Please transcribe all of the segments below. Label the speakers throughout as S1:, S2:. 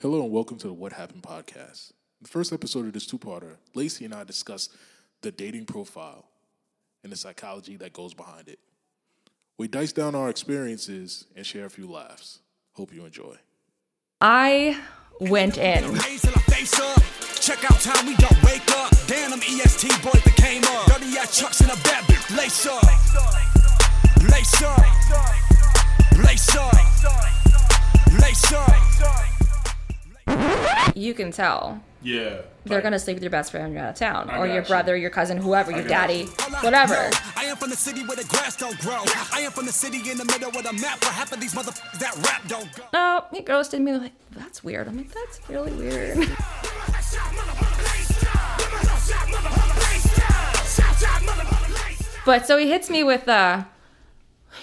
S1: Hello and welcome to the What Happened podcast. The first episode of this two parter, Lacey and I discuss the dating profile and the psychology that goes behind it. We dice down our experiences and share a few laughs. Hope you enjoy.
S2: I went in.
S3: Blaze till I face up. Check out time, we don't wake up. Damn, them EST boys that came up. Dirty ass trucks in a bad bitch. Lace up. Lace up. Lace up. Lace up.
S2: You can tell
S1: Yeah.
S2: they're gonna sleep with your best friend when you're out of town, or
S1: got
S2: your
S1: you.
S2: brother, your cousin, whoever, your
S1: got
S2: daddy,
S1: you.
S3: All I
S2: whatever.
S3: know, I am from the city where the grass don't grow. I am from the city in the middle of the map where half of these motherfuckers that rap don't go.
S2: No, he ghosted me. Like that's weird. I'm like, that's really weird. But so he hits me with, uh,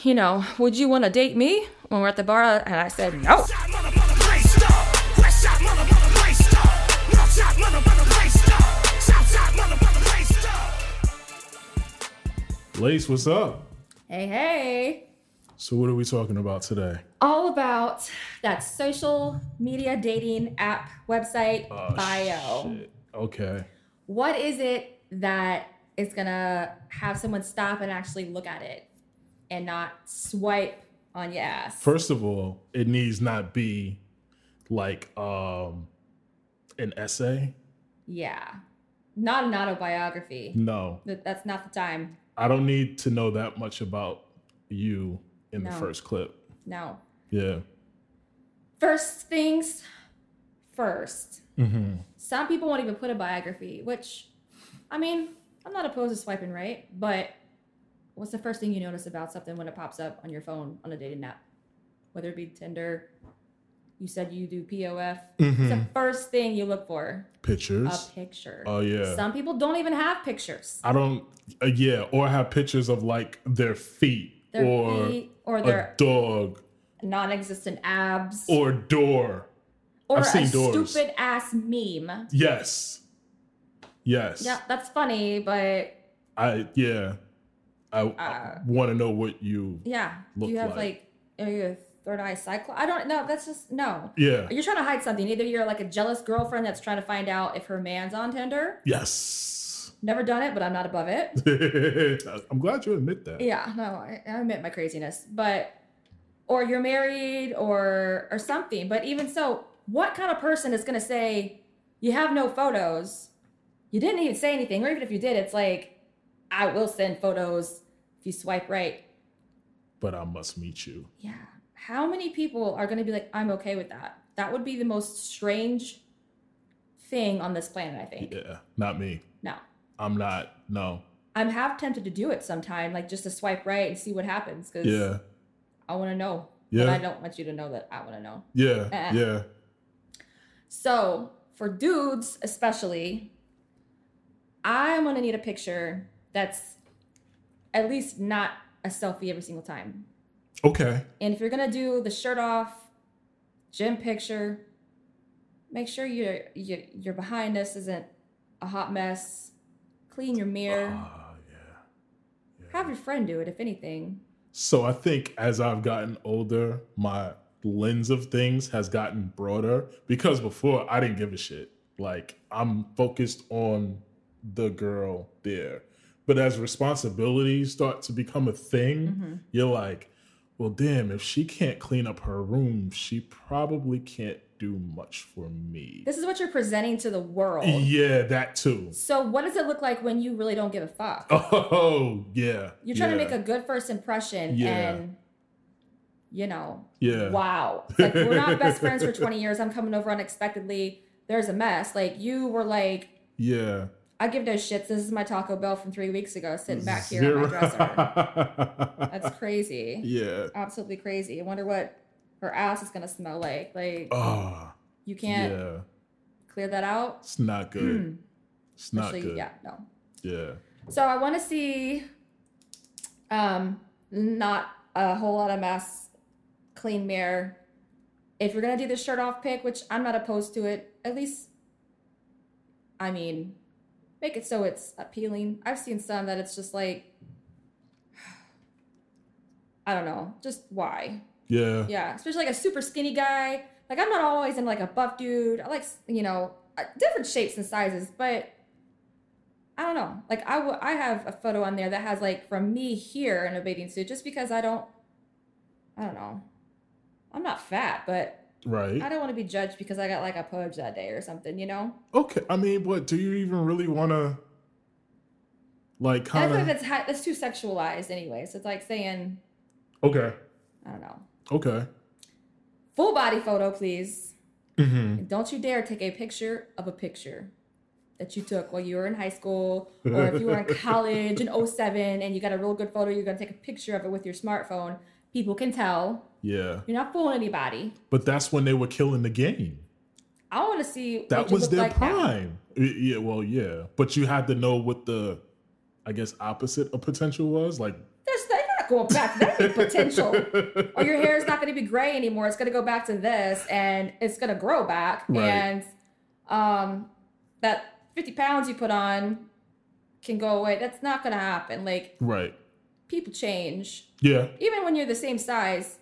S2: you know, would you want to date me when we're at the bar? And I said no.
S1: Lace, what's up?
S2: Hey, hey.
S1: So, what are we talking about today?
S2: All about that social media dating app website bio.
S1: Okay.
S2: what is it that is gonna have someone stop and actually look at it and not swipe on your ass?
S1: First of all, it needs not be like um an essay.
S2: yeah, not an autobiography.
S1: No.
S2: That- That's not the time.
S1: I don't need to know that much about you in the
S2: No.
S1: first clip.
S2: No.
S1: Yeah.
S2: First things 1st
S1: Mm-hmm.
S2: Some people won't even put a biography, which, I mean, I'm not opposed to swiping right, but what's the first thing you notice about something when it pops up on your phone on a dating app? Whether it be Tinder, you said you do POF. It's the first thing you look for
S1: Pictures.
S2: a picture.
S1: Mm-hmm. Oh, yeah.
S2: Some people don't even have pictures.
S1: I don't. Uh, yeah, or have pictures of like their feet
S2: Their
S1: or
S2: feet or
S1: a
S2: their
S1: dog
S2: non existent abs
S1: or door.
S2: or
S1: I've seen
S2: a
S1: doors.
S2: stupid ass meme.
S1: Yes. Yes.
S2: Yeah, that's funny, but
S1: I yeah. I,
S2: Uh,
S1: want to know what you.
S2: Yeah.
S1: look
S2: Do you have
S1: like.
S2: like, are you a third eye cyclone? I don't know. That's just no.
S1: Yeah.
S2: You're trying to hide something. Either you're like a jealous girlfriend that's trying to find out if her man's on Tinder.
S1: Yes.
S2: Never done it, but I'm not above it.
S1: I'm glad you admit that.
S2: yeah, no, I, I admit my craziness. But or you're married or or something. But even so, what kind of person is gonna say, you have no photos, you didn't even say anything, or even if you did, it's like, I will send photos if you swipe right.
S1: But I must meet you.
S2: Yeah. How many people are going to be like, I'm okay with that? That would be the most strange thing on this planet, I think.
S1: Yeah. Not me.
S2: No.
S1: I'm not. No.
S2: I'm half tempted to do it sometime, like just to swipe right and see what happens because
S1: Yeah.
S2: I want to know. But
S1: Yeah.
S2: I don't want you to know that I want to know.
S1: Yeah.
S2: Uh-uh.
S1: Yeah.
S2: So, for dudes especially, I'm going to need a picture that's at least not a selfie every single time.
S1: Okay.
S2: And if you're gonna do the shirt off, gym picture, make sure your your your behindness isn't a hot mess. Clean your mirror.
S1: Ah,
S2: Have your friend do it if anything.
S1: So I think as I've gotten older, my lens of things has gotten broader because before I didn't give a shit. Like I'm focused on the girl there. But as responsibilities start to become a thing,
S2: Mm-hmm.
S1: you're like, well, damn, if she can't clean up her room, she probably can't do much for me.
S2: This is what you're presenting to the world.
S1: Yeah, that too.
S2: So what does it look like when you really don't give a fuck?
S1: Oh, yeah.
S2: You're trying
S1: yeah.
S2: to make a good first impression
S1: Yeah.
S2: and you know,
S1: Yeah.
S2: wow. It's like we're not best friends for 20 years. I'm coming over unexpectedly. There's a mess. Like you were like
S1: Yeah.
S2: I give no shits. This is my Taco Bell from three weeks ago, sitting back here on my dresser.
S1: Zero.
S2: That's crazy.
S1: yeah.
S2: Absolutely crazy. I wonder what her ass is gonna smell like. Like
S1: Ah,
S2: you can't
S1: yeah.
S2: clear that out.
S1: It's not good. it's not
S2: Actually,
S1: good.
S2: yeah,
S1: Yeah.
S2: no. So I want to see, um, not a whole lot of mess, clean mirror. If you're gonna do the shirt off pick, which I'm not opposed to it, at least, I mean, make it so it's appealing. I've seen some that it's just like, I don't know, just why?
S1: Yeah.
S2: Yeah, especially like a super skinny guy Like I'm not always in like a buff dude. I like you know uh, different shapes and sizes, but I don't know. Like I w- I have a photo on there that has like from me here in a bathing suit, just because I don't. I don't know. I'm not fat, but
S1: Right.
S2: I don't want to be judged because I got like a pudge that day or something. You know.
S1: Okay. I mean, but do you even really want to, like,
S2: I feel like
S1: kind of?
S2: that's ha- that's too sexualized, anyways. It's like saying
S1: Okay.
S2: I don't know.
S1: Okay.
S2: Full body photo, please.
S1: Mm-hmm.
S2: And don't you dare take a picture of a picture that you took while you were in high school or if you were in college in 07 and you got a real good photo, you're going to take a picture of it with your smartphone. People can tell.
S1: Yeah.
S2: You're not fooling anybody.
S1: But that's when they were killing the game.
S2: I want to see what
S1: That
S2: you
S1: was
S2: look
S1: their
S2: like now.
S1: prime. Y- Yeah. Well, yeah. But you had to know what the, I guess, opposite of potential was. Like,
S2: There's you're not going back to that potential. or your hair is not going to be gray anymore. It's going to go back to this and it's going to grow back.
S1: Right.
S2: And um, that 50 pounds you put on can go away. That's not going to happen. Like,
S1: right.
S2: people change.
S1: Yeah.
S2: Even when you're the same size,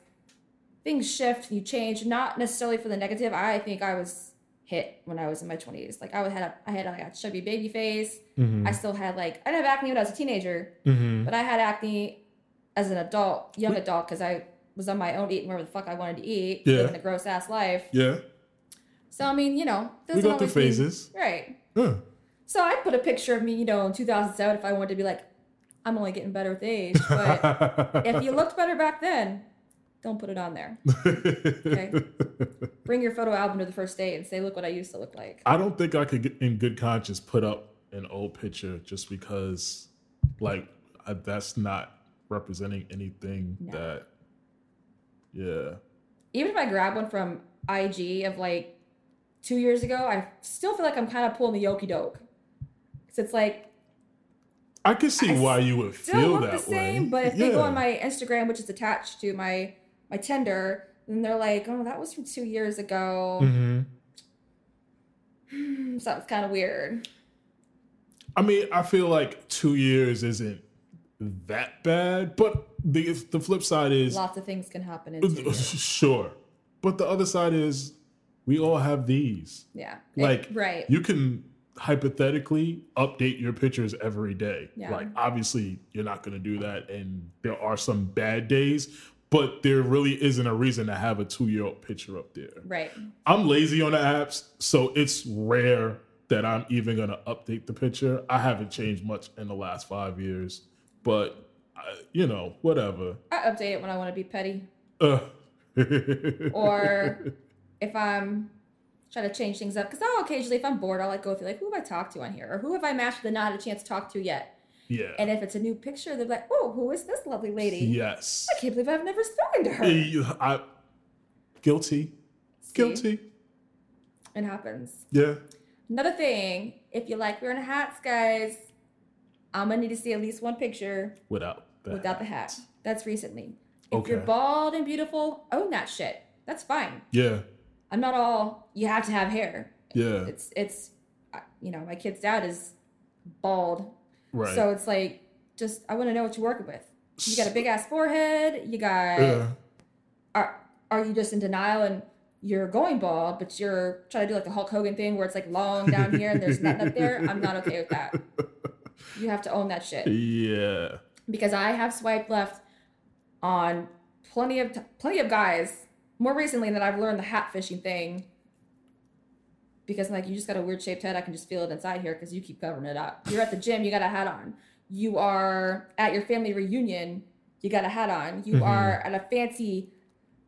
S2: things shift, you change, not necessarily for the negative. I think I was hit when I was in my 20s. Like, I would had a, I had like a chubby baby face.
S1: Mm-hmm.
S2: I still had like, I didn't have acne when I was a teenager.
S1: Mm-hmm.
S2: But I had acne as an adult, young adult, because I was on my own eating whatever the fuck I wanted to eat,
S1: Yeah.
S2: living a gross ass life.
S1: Yeah.
S2: So I mean, you know,
S1: We
S2: doesn't
S1: go through
S2: always mean-
S1: phases.
S2: right?
S1: Yeah.
S2: So I put a picture of me, you know, in 2007 if I wanted to be like, I'm only getting better with age. But if you looked better back then, don't put it on there. Okay. Bring your photo album to the first date and say, look what I used to look like.
S1: I don't think I could, get, in good conscience, put up an old picture just because, like, I, that's not representing anything
S2: No.
S1: that. Yeah.
S2: even if I grab one from IG of like two years ago, I still feel like I'm kind of pulling the yoki doke. Cause it's like
S1: I can see
S2: I
S1: why you would
S2: still
S1: feel
S2: look
S1: that
S2: the same, but
S1: way.
S2: if they go
S1: Yeah.
S2: on my Instagram, which is attached to my my Tinder, then they're like, "Oh, that was from two years ago."
S1: Mhm.
S2: Hmm, Something's kind of weird.
S1: I mean, I feel like two years isn't that bad, but the the flip side is
S2: Lots of things can happen in two years.
S1: sure, but the other side is we all have these.
S2: Yeah,
S1: Like
S2: right.
S1: you can hypothetically update your pictures every day.
S2: Yeah.
S1: Like obviously you're not going to do that and there are some bad days, but there really isn't a reason to have a 2-year-old picture up there.
S2: right.
S1: I'm lazy on the apps, so it's rare that I'm even going to update the picture. I haven't changed much in the last 5 years, but I, you know, whatever.
S2: I update it when I want to be petty,
S1: Uh,
S2: or if I'm trying to change things up. Because I'll occasionally, if I'm bored, I'll like go through like, who have I talked to on here, or who have I matched that not had a chance to talk to yet.
S1: yeah.
S2: And if it's a new picture, they're like, "Oh, who is this lovely lady?
S1: Yes.
S2: I can't believe I've never spoken to her."
S1: Uh, I, guilty.
S2: See?
S1: Guilty.
S2: It happens.
S1: Yeah.
S2: Another thing, if you like wearing hats, guys, I'm gonna need to see at least one picture
S1: Without the
S2: without the hat. That's recently. If you're
S1: Okay.
S2: bald and beautiful, own that shit. That's fine.
S1: Yeah.
S2: I'm not all you have to have hair.
S1: Yeah.
S2: It's it's I- you know my kid's dad is bald,
S1: Right.
S2: so it's like just I want to know what you're working with. You got a big ass forehead. You got
S1: yeah.
S2: are are you just in denial and you're going bald, but you're trying to do like the Hulk Hogan thing where it's like long down here and there's nothing up there? I'm not okay with that. You have to own that shit
S1: Yeah.
S2: because I have swiped left on plenty of t- plenty of guys. More recently, that I've learned the hat fishing thing because like you just got a weird shaped head. I can just feel it inside here because you keep covering it up. You're at the gym, you got a hat on. You are at your family reunion, you got a hat on. You
S1: Mhm.
S2: are at a fancy,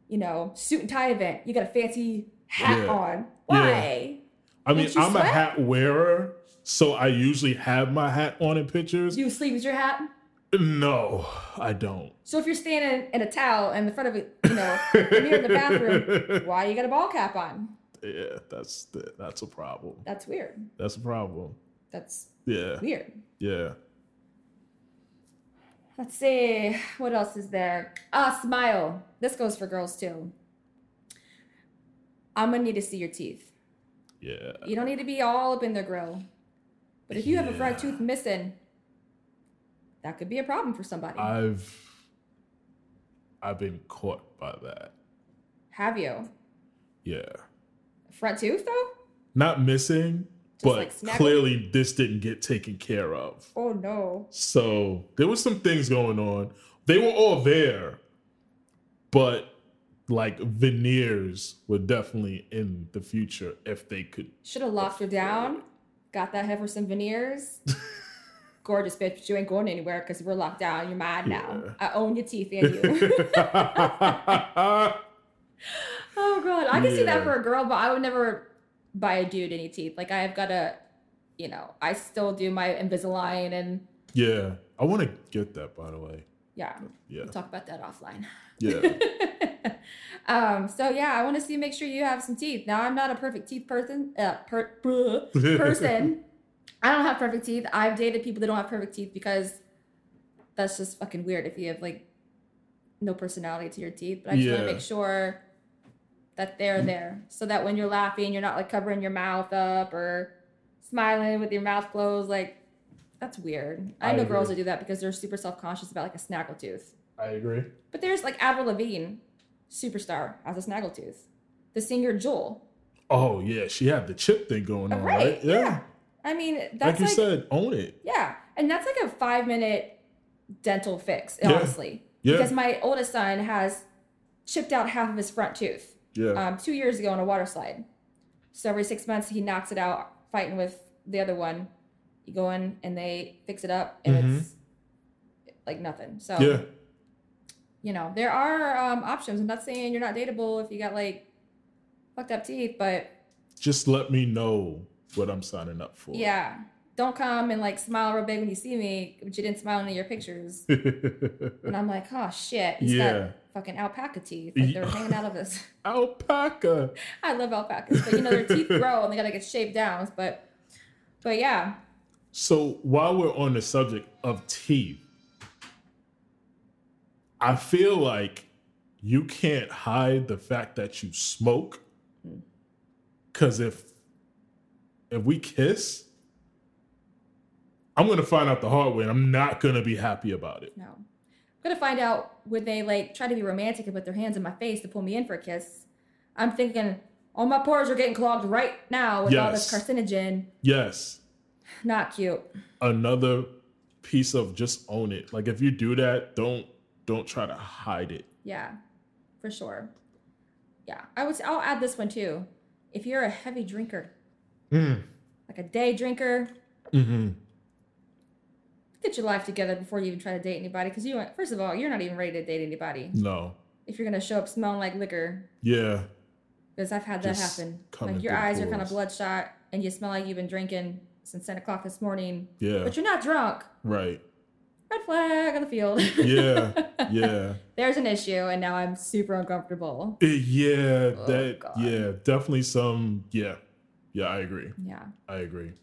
S2: you know, suit and tie event, you got a fancy hat
S1: Yeah.
S2: on. Why?
S1: I mean,
S2: Don't you
S1: I'm a
S2: sweat?
S1: hat wearer, so I usually have my hat on in pictures.
S2: Do you sleep with your hat?
S1: no, I don't.
S2: So if you're standing in a towel in the front of a, you know, a mirror in the bathroom, why you got a ball cap on?
S1: Yeah, that's the, that's a problem.
S2: That's weird.
S1: That's a problem.
S2: That's
S1: Yeah.
S2: weird.
S1: Yeah.
S2: Let's see, what else is there? Ah, smile. This goes for girls too. I'm gonna need to see your teeth.
S1: Yeah.
S2: You don't need to be all up in their grill. But if you have a front
S1: Yeah.
S2: tooth missing, that could be a problem for somebody.
S1: I've I've been caught by that.
S2: have you?
S1: Yeah.
S2: Front tooth though?
S1: Not missing, but
S2: like snaggle?
S1: clearly this didn't get taken care of.
S2: Oh no.
S1: So there was some things going on. They were all there, but like veneers were definitely in the future if they could.
S2: Should have locked her down. Got that head for some veneers. Gorgeous bitch, but you ain't going anywhere because we're locked down. You're mine now. I own your teeth and you. oh god, I can see that
S1: Yeah.
S2: for a girl, but I would never buy a dude any teeth. Like I've got to, you know, I still do my Invisalign and
S1: yeah, I want to get that by the way.
S2: yeah.
S1: Yeah,
S2: We'll talk about that offline.
S1: yeah,
S2: um, so yeah, I want to see. Make sure you have some teeth. Now I'm not a perfect teeth person. Uh, per, bruh, person. I don't have perfect teeth. I've dated people that don't have perfect teeth because that's just fucking weird. If you have like no personality to your teeth, but I just want
S1: Yeah.
S2: to make sure that they're there, so that when you're laughing, you're not like covering your mouth up or smiling with your mouth closed. Like that's weird. I,
S1: I
S2: know girls that do
S1: agree.
S2: that because they're super self conscious about like a snaggle tooth.
S1: I agree.
S2: But there's like Avril Lavigne, superstar, has a snaggletooth. The singer Jewel.
S1: Oh yeah, she had the chip thing going on, right?
S2: Right, yeah. I mean,
S1: like
S2: that's like,
S1: you said, own it.
S2: yeah, and that's like a five minute dental fix,
S1: Yeah.
S2: honestly.
S1: Yeah.
S2: Because my oldest son has chipped out half of his front tooth
S1: Yeah,
S2: um, two years ago on a water slide. So every six months he knocks it out, fighting with the other one. You go in and they fix it up, and it's like nothing. So
S1: Mm-hmm. yeah,
S2: you know, there are um, options. I'm not saying you're not dateable if you got like fucked up teeth, but
S1: just let me know what I'm signing up for.
S2: yeah, don't come and like smile real big when you see me, but you didn't smile in any of your pictures. and I'm like, oh shit, he's
S1: Yeah.
S2: got fucking alpaca teeth. Like they're
S1: Yeah.
S2: hanging out of his.
S1: alpaca.
S2: I love alpacas, but you know their teeth grow and they gotta get shaved down. But but yeah,
S1: So while we're on the subject of teeth, I feel like you can't hide the fact that you smoke. Cause if if we kiss, I'm gonna find out the hard way, and I'm not gonna be happy about it.
S2: no, I'm gonna find out when they like try to be romantic and put their hands in my face to pull me in for a kiss. I'm thinking. All my pores are getting clogged right now with all this
S1: Yes.
S2: carcinogen.
S1: Yes,
S2: Not cute.
S1: another piece of just own it. Like if you do that, don't don't try to hide it.
S2: Yeah, for sure. Yeah, I would. I'll add this one too. If you're a heavy drinker, like a day drinker, get your life together before you even try to date anybody. Because you, ain't- first of all, you're not even ready to date anybody.
S1: No.
S2: If you're gonna show up smelling like liquor,
S1: Yeah.
S2: because I've had that
S1: Just
S2: happen.
S1: coming
S2: Like your
S1: through
S2: eyes are kind of
S1: pores.
S2: bloodshot, and you smell like you've been drinking since ten o'clock this morning,
S1: Yeah.
S2: but you're not drunk.
S1: Right.
S2: Red flag on the field.
S1: Yeah. yeah.
S2: There's an issue, and now I'm super uncomfortable.
S1: Eh, Yeah,
S2: Oh,
S1: that
S2: God.
S1: yeah, definitely some yeah. Yeah, I agree.
S2: Yeah.
S1: I agree.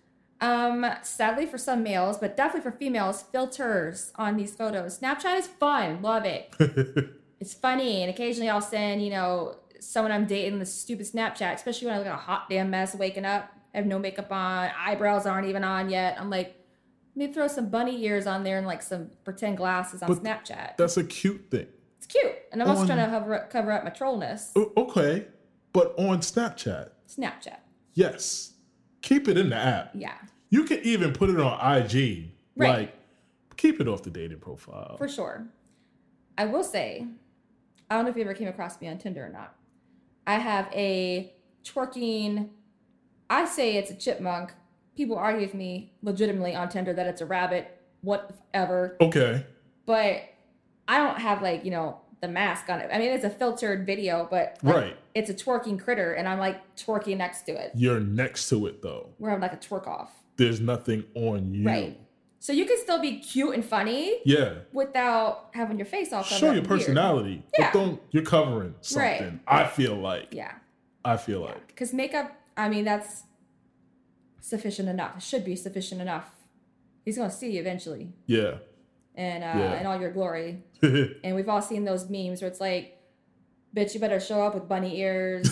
S2: Um, sadly for some males, but definitely for females, filters on these photos. Snapchat is fun, love it. it's funny, and occasionally I'll send, you know, someone I'm dating the stupid Snapchat, especially when I look like a hot damn mess waking up. I have no makeup on, eyebrows aren't even on yet. I'm like, let me throw some bunny ears on there and like some pretend glasses on
S1: But
S2: Snapchat.
S1: That's a cute thing.
S2: It's cute, and I'm also
S1: on-
S2: trying to hover, cover up my trollness.
S1: O- Okay. But on Snapchat,
S2: Snapchat,
S1: yes. Keep it in the app.
S2: yeah,
S1: You can even put it on IG.
S2: Right.
S1: Like keep it off the dating profile.
S2: for sure. I will say, I don't know if you ever came across me on Tinder or not. I have a twerking, I say it's a chipmunk. People argue with me legitimately on Tinder that it's a rabbit, whatever.
S1: Okay.
S2: But I don't have like, you know, the mask on it. I mean, it's a filtered video, but like,
S1: Right.
S2: it's a twerking critter and I'm like twerking next to it
S1: You're next to it though.
S2: where I'm like a twerk off.
S1: There's nothing on you.
S2: Right. So you can still be cute and funny
S1: Yeah.
S2: without having your face all covered
S1: Show
S2: up
S1: your
S2: and weird.
S1: personality.
S2: Yeah.
S1: But don't you're covering
S2: Right.
S1: something. I feel like.
S2: Yeah.
S1: I feel like.
S2: Because makeup, I mean, that's sufficient enough. It should be sufficient enough. He's gonna see you eventually,
S1: Yeah.
S2: and uh,
S1: Yeah.
S2: in all your glory. And we've all seen those memes where it's like, "Bitch, you better show up with bunny ears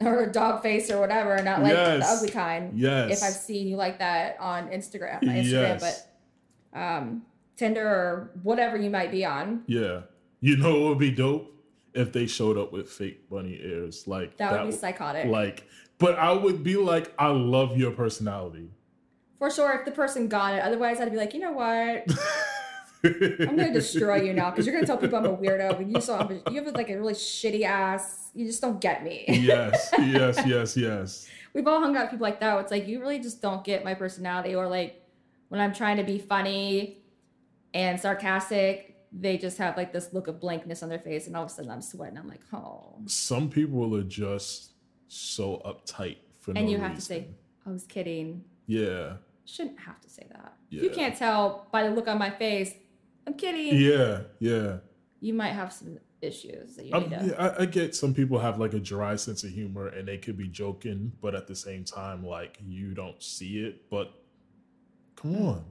S2: or a dog face or whatever, and not like
S1: Yes.
S2: the ugly kind."
S1: Yes.
S2: If I've seen you like that on Instagram, not Instagram,
S1: Yes.
S2: but um, Tinder or whatever you might be on.
S1: Yeah. You know what would be dope? if they showed up with fake bunny ears. Like
S2: That would be
S1: w-
S2: psychotic.
S1: Like, but I would be like, I love your personality.
S2: For sure, if the person got it. Otherwise, I'd be like, you know what? I'm
S1: I'm
S2: gonna destroy you now because you're gonna tell people I'm a weirdo. But you saw you have like a really shitty ass. You just don't get
S1: Mm.
S2: me.
S1: yes, yes, yes, yes.
S2: We've all hung out with people like that. where It's like you really just don't get my personality, or like when I'm trying to be funny and sarcastic, they just have like this look of blankness on their face, and all of a sudden I'm sweating. I'm like, oh,
S1: Some people are just so uptight for no
S2: and you have to
S1: reason.
S2: say, I was kidding.
S1: yeah,
S2: Shouldn't have to say that. If You
S1: Yeah.
S2: can't tell by the look on my face. I'm kidding.
S1: yeah, yeah.
S2: You might have some issues that you need
S1: I'm-
S2: to.
S1: Um, yeah, I, I get some people have like a dry sense of humor and they could be joking, but at the same time, like you don't see it. But come on,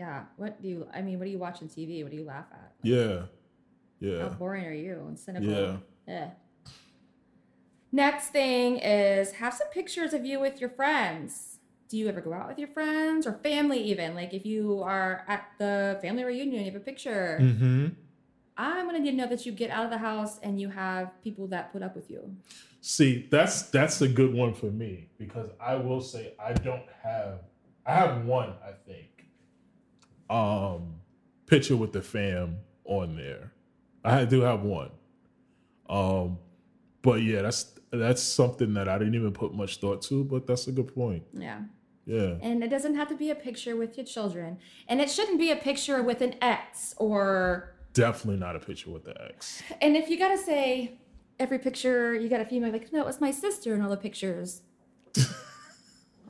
S2: Yeah. What do you? I mean, what do you watch on TV? What do you laugh at?
S1: yeah,
S2: How
S1: yeah,
S2: boring are you and cynical?
S1: Yeah.
S2: Eh. Next thing is have some pictures of you with your friends. Do you ever go out with your friends or family? Even like if you are at the family reunion, you have a picture.
S1: mm-hmm.
S2: I'm gonna need to know that you get out of the house and you have people that put up with you.
S1: See, that's that's a good one for me because I will say I don't have I have one, I think. Um picture with the fam on there. I do have one. Um but yeah, that's that's something that I didn't even put much thought to, but that's a good point.
S2: Yeah.
S1: Yeah.
S2: And it doesn't have to be a picture with your children. And it shouldn't be a picture with an ex or
S1: Definitely not a picture with the ex.
S2: And if you gotta say every picture, you got a female like, no, it was my sister in all the pictures.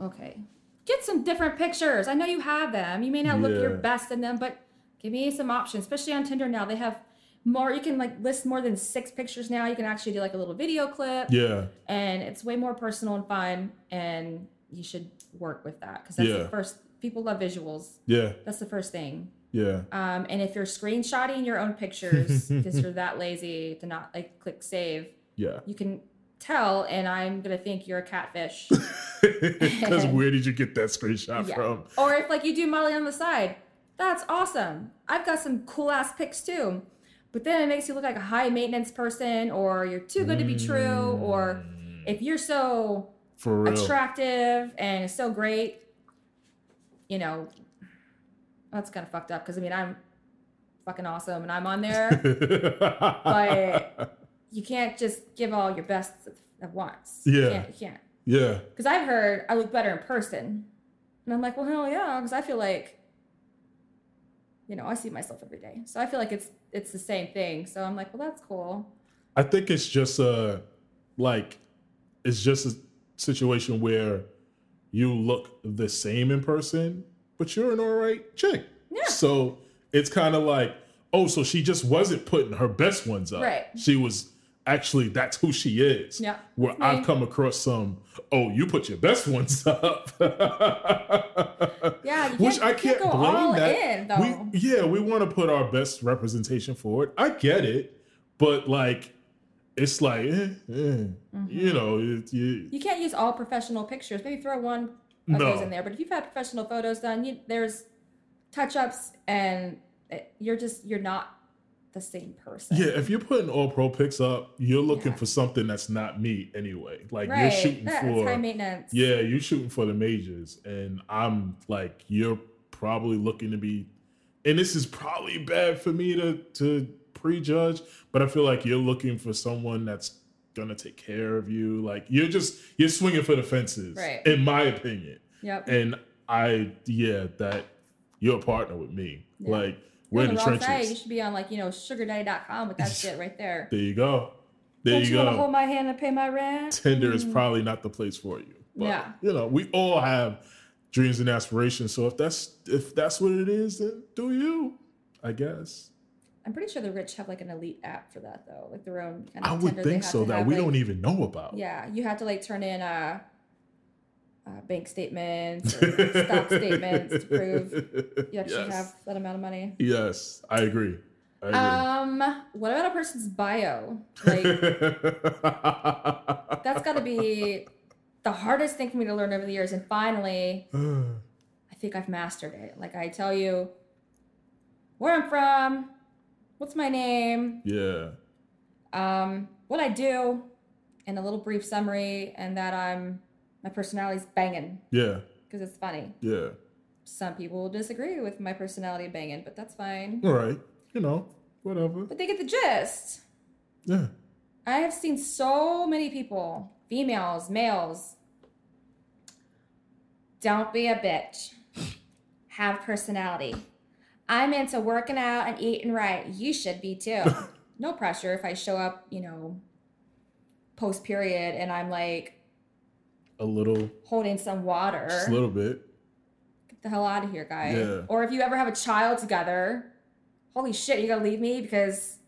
S2: okay, get some different pictures. I know you have them. You may not look your
S1: Yeah.
S2: best in them, but give me some options. Especially on Tinder now, they have more. You can like list more than six pictures now. You can actually do like a little video clip,
S1: Yeah.
S2: and it's way more personal and fun. And you should work with that because that's the
S1: Yeah.
S2: first. People love visuals.
S1: Yeah.
S2: That's the first thing.
S1: Yeah.
S2: Um, and if you're screenshotting your own pictures because you're that lazy to not like click save,
S1: Yeah.
S2: you can tell, and I'm gonna think you're a catfish.
S1: Because where did you get that screenshot
S2: Yeah.
S1: from?
S2: or if like you do modeling on the side, that's awesome. I've got some cool ass pics too. But then it makes you look like a high maintenance person, or you're too good to be true, or if you're so
S1: For real.
S2: attractive and so great. You know, that's kind of fucked up because I mean, I'm fucking awesome and I'm on there, but you can't just give all your best at once. You
S1: Yeah.
S2: can't- You can't.
S1: yeah.
S2: Because I've heard I look better in person. And I'm like, well, hell yeah, because I feel like, you know, I see myself every day. So I feel like it's it's the same thing. So I'm like, well, that's cool.
S1: I think it's just a like it's just a situation where you look the same in person, but you're an all right chick.
S2: Yeah.
S1: So it's kind of like, oh, so she just wasn't putting her best ones up.
S2: Right.
S1: She was actually that's who she is.
S2: Yeah,
S1: Where
S2: that's me.
S1: I've come across some, oh, you put your best ones up.
S2: Yeah, you
S1: Which
S2: can't-
S1: I
S2: you can't
S1: can't,
S2: go
S1: blame
S2: all
S1: that.
S2: in,
S1: We-
S2: though.
S1: yeah, we want to put our best representation forward. I get it, but like, it's like, eh, eh,
S2: Mm-hmm.
S1: you know, it, you,
S2: You can't use all professional pictures. Maybe throw one of
S1: No.
S2: those in there. But if you've had professional photos done, you, there's touch ups, and it- you're just you're not the same person.
S1: yeah. If you're putting all pro picks up, you're looking
S2: Yeah.
S1: for something that's not me anyway. Like
S2: right.
S1: you're shooting
S2: That's
S1: for,
S2: high maintenance.
S1: yeah, you're shooting for the majors, and I'm like, you're probably looking to be, and this is probably bad for me to to prejudge, but I feel like you're looking for someone that's gonna take care of you. Like you're just you're swinging for the fences,
S2: Right.
S1: in my opinion.
S2: Yep.
S1: And I, yeah, that you're a partner with me.
S2: Yeah.
S1: Like
S2: You're
S1: we're in the
S2: on wrong side. You
S1: trenches.
S2: should be on like you know sugardaddy.com with that shit right there.
S1: There you go. There
S2: Don't
S1: you
S2: you, want to hold
S1: go.
S2: my hand and pay my rent?
S1: Tinder is probably not the place for you.
S2: Mm-hmm.
S1: But
S2: Yeah.
S1: you know, we all have dreams and aspirations. So if that's if that's what it is, then do you, I guess.
S2: I'm pretty sure the rich have like an elite app for that though, like their own. Kind
S1: I would
S2: Tinder they
S1: think
S2: have
S1: so
S2: to
S1: that
S2: have,
S1: we
S2: like-
S1: don't e-, even know about.
S2: Yeah, you have to like turn in uh, uh, bank statements, or stock statements to prove you actually
S1: yes.
S2: have that amount of money.
S1: yes, I agree. I agree.
S2: Um, what about a person's bio? Like Uh, that's got to be the hardest thing for me to learn over the years, and finally, I think I've mastered it. Like I tell you, where I'm from, what's my name,
S1: yeah.
S2: Um, what I do in a little brief summary, and that I'm my personality's banging
S1: Yeah.
S2: because it's funny.
S1: Yeah.
S2: Some people will disagree with my personality banging, but that's fine.
S1: All right. You know, whatever.
S2: But they get the gist.
S1: Yeah.
S2: I have seen so many people, females, males, don't be a bitch. Have personality. I'm into working out and eating right. You should be too. no pressure if I show up, you know, post period and I'm like
S1: A little,
S2: holding some water.
S1: just a little bit.
S2: Get the hell out of here, guy.
S1: Yeah.
S2: Or if you ever have a child together, holy shit, you gotta leave me because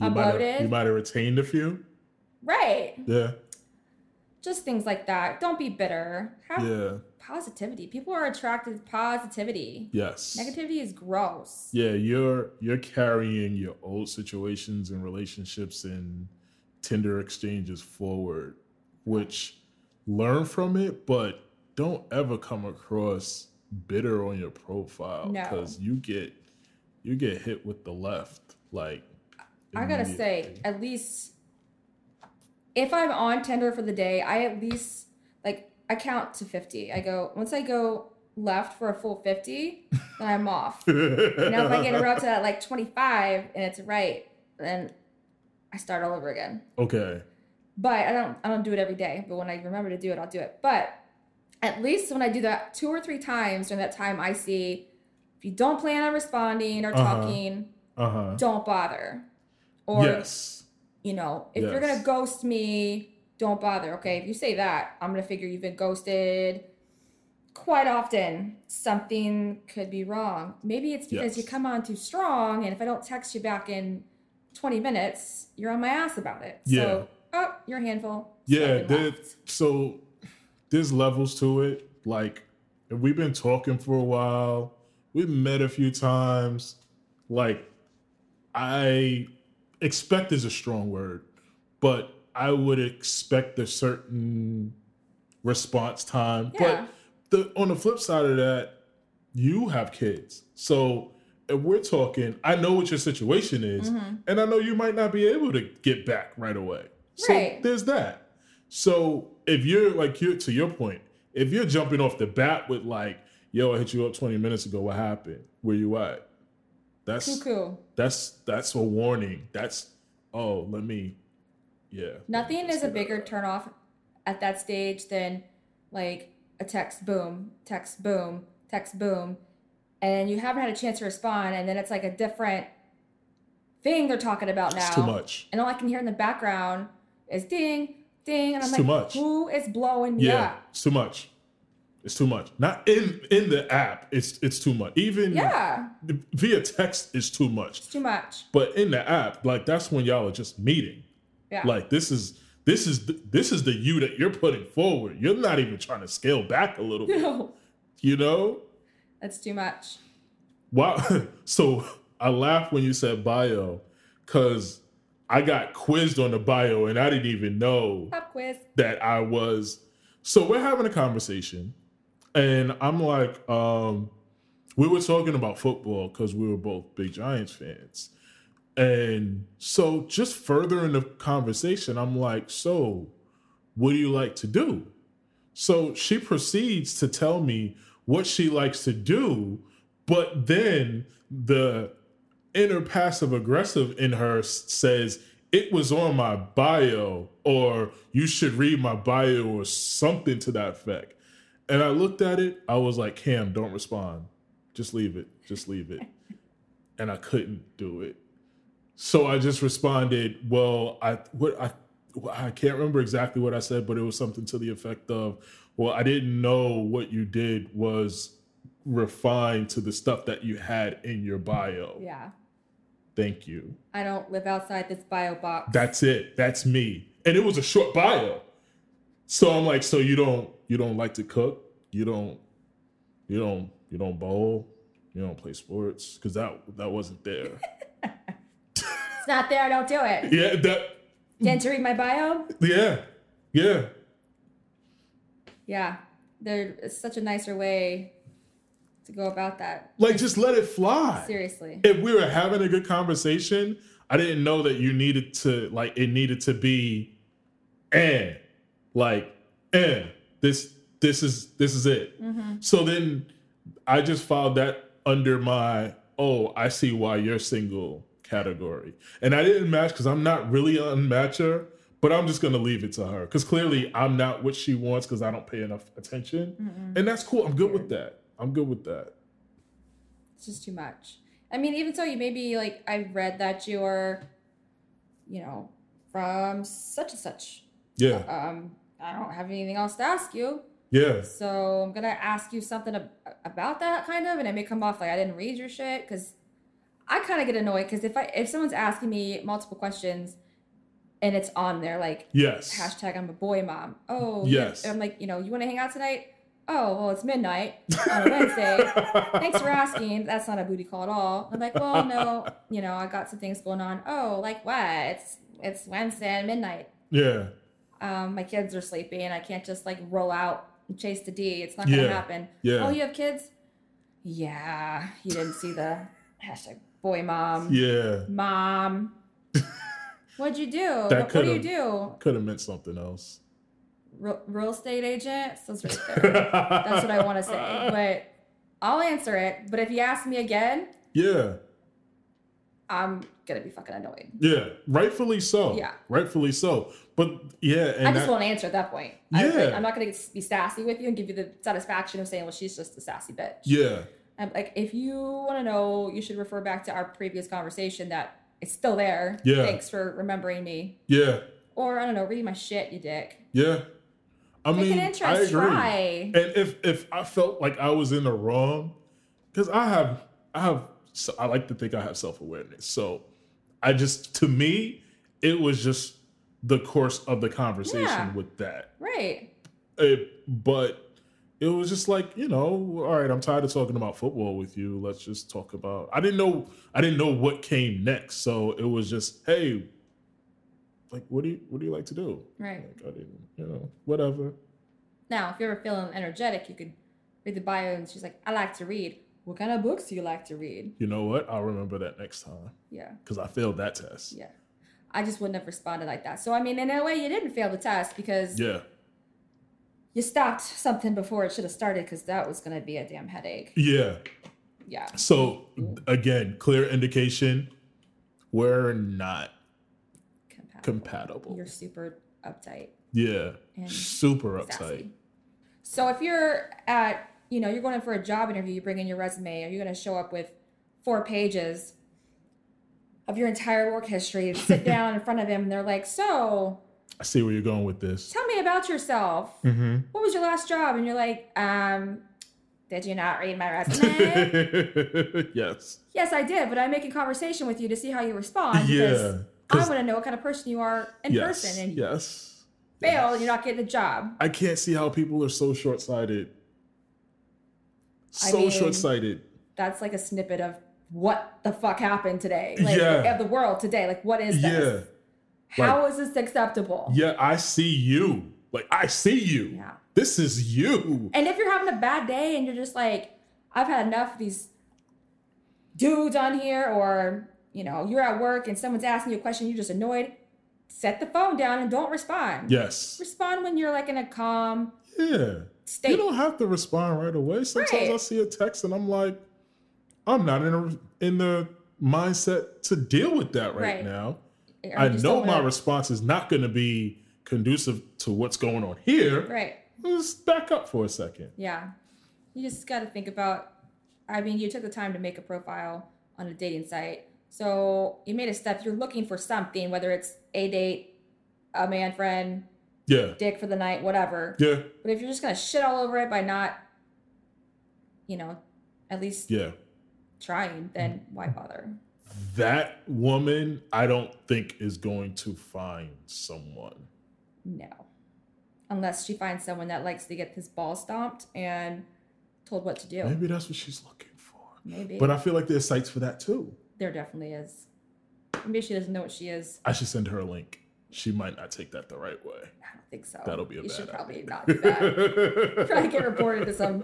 S1: You
S2: I'm
S1: might have,
S2: bloated.
S1: you might have retained a few.
S2: right.
S1: Yeah.
S2: Just things like that. Don't be bitter. Have
S1: Yeah.
S2: positivity. People are attracted to positivity.
S1: Yes.
S2: Negativity is gross.
S1: Yeah, you're you're carrying your old situations and relationships and Tinder exchanges forward, which learn from it, but don't ever come across bitter on your profile
S2: No.
S1: because you get you get hit with the left. Like
S2: I gotta say,
S1: immediately.
S2: at least if I'm on Tinder for the day, I at least like I count to 50. I go once I go left for a full 50, then I'm off. now if I get around to that like 25 and it's right, then I start all over again.
S1: okay,
S2: but I don't I don't do it every day. But when I remember to do it, I'll do it. But at least when I do that two or three times during that time, I see if you don't plan on responding or
S1: Uh-huh.
S2: talking,
S1: uh huh,
S2: don't bother. Or
S1: yes,
S2: you know, if you're
S1: Yes.
S2: gonna ghost me, don't bother. Okay, if you say that, I'm gonna figure you've been ghosted. Quite often, something could be wrong. Maybe it's because
S1: Yes.
S2: you come on too strong, and if I don't text you back in 20 minutes, you're on my ass about it.
S1: Yeah.
S2: So, oh, you're a handful.
S1: yeah.
S2: Swipe and
S1: There,
S2: left.
S1: so there's levels to it. Like if we've been talking for a while. We've met a few times. Like I expect is a strong word, but I would expect a certain response time.
S2: Yeah.
S1: But the on the flip side of that, you have kids. So if we're talking, I know what your situation is,
S2: Mm-hmm.
S1: and I know you might not be able to get back right away. So
S2: Right.
S1: there's that. So if you're like you to your point, if you're jumping off the bat with like, yo, I hit you up 20 minutes ago, what happened? Where you at? That's
S2: Cuckoo.
S1: that's that's a warning. That's oh, let me, yeah.
S2: Nothing is a bigger turnoff at that stage than like a text boom, text boom, text boom, and you haven't had a chance to respond, and then it's like a different thing they're talking about now.
S1: It's too much.
S2: And all I can hear in the background is ding, ding, and I'm
S1: It's
S2: like,
S1: too much.
S2: who is blowing me
S1: Yeah,
S2: up?
S1: it's too much. It's too much. Not in in the app. It's it's too much. Even
S2: Yeah,
S1: via text is too much.
S2: it's too much.
S1: But in the app, like that's when y'all are just meeting.
S2: Yeah.
S1: Like this is this is the, this is the you that you're putting forward. You're not even trying to scale back a little bit.
S2: no,
S1: You know?
S2: that's too much.
S1: Wow. So I laughed when you said bio because I got quizzed on the bio and I didn't even know
S2: Pop quiz.
S1: that I was. So we're having a conversation and I'm like, um, we were talking about football because we were both big Giants fans. And so just further in the conversation, I'm like, so what do you like to do? So she proceeds to tell me what she likes to do, but then the inner passive aggressive in her s- says, It was on my bio, or you should read my bio, or something to that effect. And I looked at it, I was like, Cam, don't respond. Just leave it. Just leave it. and I couldn't do it. So I just responded, "Well, I what I well, I can't remember exactly what I said, but it was something to the effect of, "Well, I didn't know what you did was refined to the stuff that you had in your bio."
S2: Yeah,
S1: Thank you.
S2: I don't live outside this bio box.
S1: That's it. That's me. And it was a short bio. So I'm like, "So you don't you don't like to cook? You don't you don't you don't bowl? You don't play sports?" Cuz that that wasn't there.
S2: it's not there. Don't do it.
S1: yeah, that
S2: Didn't you read my bio?
S1: yeah. Yeah.
S2: Yeah, there is such a nicer way to go about that.
S1: Like, just let it fly.
S2: Seriously.
S1: If we were having a good conversation, I didn't know that you needed to like it needed to be and like and this this is this is it. So then I just filed that under my oh, I see why you're single category. And I didn't match because I'm not really an unmatcher, but I'm just gonna leave it to her. Cause clearly I'm not what she wants because I don't pay enough attention. And that's cool. I'm good with that. I'm good with that.
S2: It's just too much. I mean, even so, you maybe like I read that you're, you know, from such and such.
S1: Yeah.
S2: Um, I don't have anything else to ask you,
S1: Yeah.
S2: so I'm gonna ask you something ab- about that kind of, and it may come off like I didn't read your shit because I kind of get annoyed because if I if someone's asking me multiple questions and it's on there like
S1: Yes.
S2: hashtag I'm a boy mom. Oh
S1: Yes.
S2: and I'm like you know you want to hang out tonight. Oh well, it's midnight on a Wednesday thanks for asking. That's not a booty call at all. I'm like, well, no, you know, I got some things going on. Oh, like what? It's it's Wednesday at midnight.
S1: Yeah.
S2: Um, my kids are sleepy, and I can't just like roll out and chase the D. It's not gonna
S1: Yeah.
S2: happen.
S1: Yeah.
S2: Oh, you have kids? Yeah. You didn't see the hashtag boy mom.
S1: Yeah.
S2: Mom. What'd you do?
S1: That
S2: What, what do you
S1: could've-
S2: do?
S1: Could have meant something else.
S2: Real, real estate agent? So it's right there.
S1: That's
S2: That's what I want to say. But I'll answer it. But if you ask me again,
S1: Yeah.
S2: I'm gonna be fucking annoyed.
S1: Yeah. Rightfully so.
S2: Yeah.
S1: Rightfully so. But yeah, and
S2: I just
S1: that-
S2: won't answer at that point. I- like,
S1: Yeah.
S2: I'm not going to be sassy with you and give you the satisfaction of saying, well, she's just a sassy bitch.
S1: yeah.
S2: I'm like, if you want to know, you should refer back to our previous conversation that it's still there.
S1: Yeah.
S2: Thanks for remembering me.
S1: Yeah.
S2: Or, I don't know, read my shit, you dick.
S1: Yeah. I
S2: Take
S1: mean,
S2: an
S1: I agree.
S2: interest. Try.
S1: And if if I felt like I was in the wrong, because I have I have so I like to think I have self awareness. So I just to me it was just the course of the conversation
S2: Yeah.
S1: with that.
S2: Right.
S1: it, Eh, but it was just like you know all right i'm tired of talking about football with you let's just talk about i didn't know i didn't know what came next so it was just hey like what do you what do you like to do
S2: Right.
S1: like i didn't you know whatever
S2: Now, if you're ever feeling energetic, you could read the bio and she's like, I like to read. What kind of books do you like to read?
S1: you know what i'll remember that next time
S2: Yeah.
S1: because i failed that test
S2: Yeah. I just wouldn't have responded like that. So, I mean, in a way, you didn't fail the test because
S1: yeah
S2: you stopped something before it should have started because that was going to be a damn headache.
S1: yeah
S2: Yeah.
S1: so again clear indication we're not
S2: Compatible.
S1: compatible
S2: You're super uptight.
S1: yeah
S2: And
S1: super uptight
S2: Sassy. So if you're at, you know, you're going in for a job interview, you bring in your resume, are you going to show up with four pages of your entire work history, and sit down in front of them, and they're like, so
S1: i see where you're going with this
S2: tell me about yourself.
S1: mm-hmm.
S2: What was your last job? And you're like, um, did you not read my resume?
S1: yes.
S2: Yes, I did, but I'm making conversation with you to see how you respond.
S1: Yeah.
S2: Because I
S1: 'cause-
S2: want to know what kind of person you are in
S1: yes,
S2: person. And you
S1: yes.
S2: fail,
S1: yes.
S2: you're not getting a job.
S1: I can't see how people are so short sighted.
S2: I
S1: So
S2: mean,
S1: short sighted.
S2: That's like a snippet of what the fuck happened today. Like,
S1: Yeah.
S2: Of the world today. Like, what is
S1: Yeah.
S2: this? How is this acceptable?
S1: Yeah, I see you. Like I see you.
S2: Yeah.
S1: This is you.
S2: And if you're having a bad day and you're just like, I've had enough of these dudes on here, or you know, you're at work and someone's asking you a question, you're just annoyed, set the phone down and don't respond.
S1: yes.
S2: Respond when you're like in a calm
S1: Yeah.
S2: state.
S1: You don't have to respond right away. Sometimes
S2: Right.
S1: I see a text and I'm like, I'm not in a, in the mindset to deal with that right,
S2: Right.
S1: now.
S2: Or
S1: I
S2: you just
S1: know
S2: don't
S1: my
S2: wanna-
S1: response is not going to be conducive to what's going on here.
S2: Right.
S1: Let's back up for a second.
S2: Yeah. You just got to think about. I mean, you took the time to make a profile on a dating site. So you made a step. You're looking for something, whether it's a date, a man friend,
S1: Yeah.
S2: dick for the night, whatever.
S1: Yeah.
S2: But if you're just going to shit all over it by not, you know, at least
S1: Yeah. Mm-hmm.
S2: trying, then why bother?
S1: That woman, I don't think, is going to find someone.
S2: No. Unless she finds someone that likes to get his ball stomped and told what to do. Maybe.
S1: Maybe that's what she's looking for. But I feel like there's sites for that too.
S2: there definitely is. Maybe she doesn't know what she is.
S1: I should send her a link. She might not take that the right way.
S2: I don't think so.
S1: That'll be a
S2: You
S1: bad
S2: should
S1: idea.
S2: probably not do that. probably get reported to some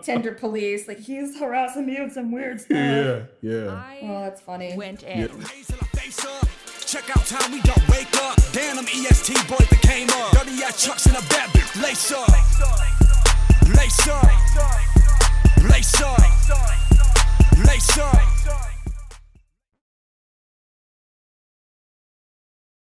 S2: Tinder police. Like he's harassing me with some weird stuff.
S1: yeah. Yeah.
S2: Well, that's funny.
S4: went in.
S1: Yeah.
S3: Hazel, I Pace up. Check out time we don't wake up. Damn them EST boys that came up. Dirty ass chucks in a bad bitch. Lace up. Lace up. Lace up. Lace up.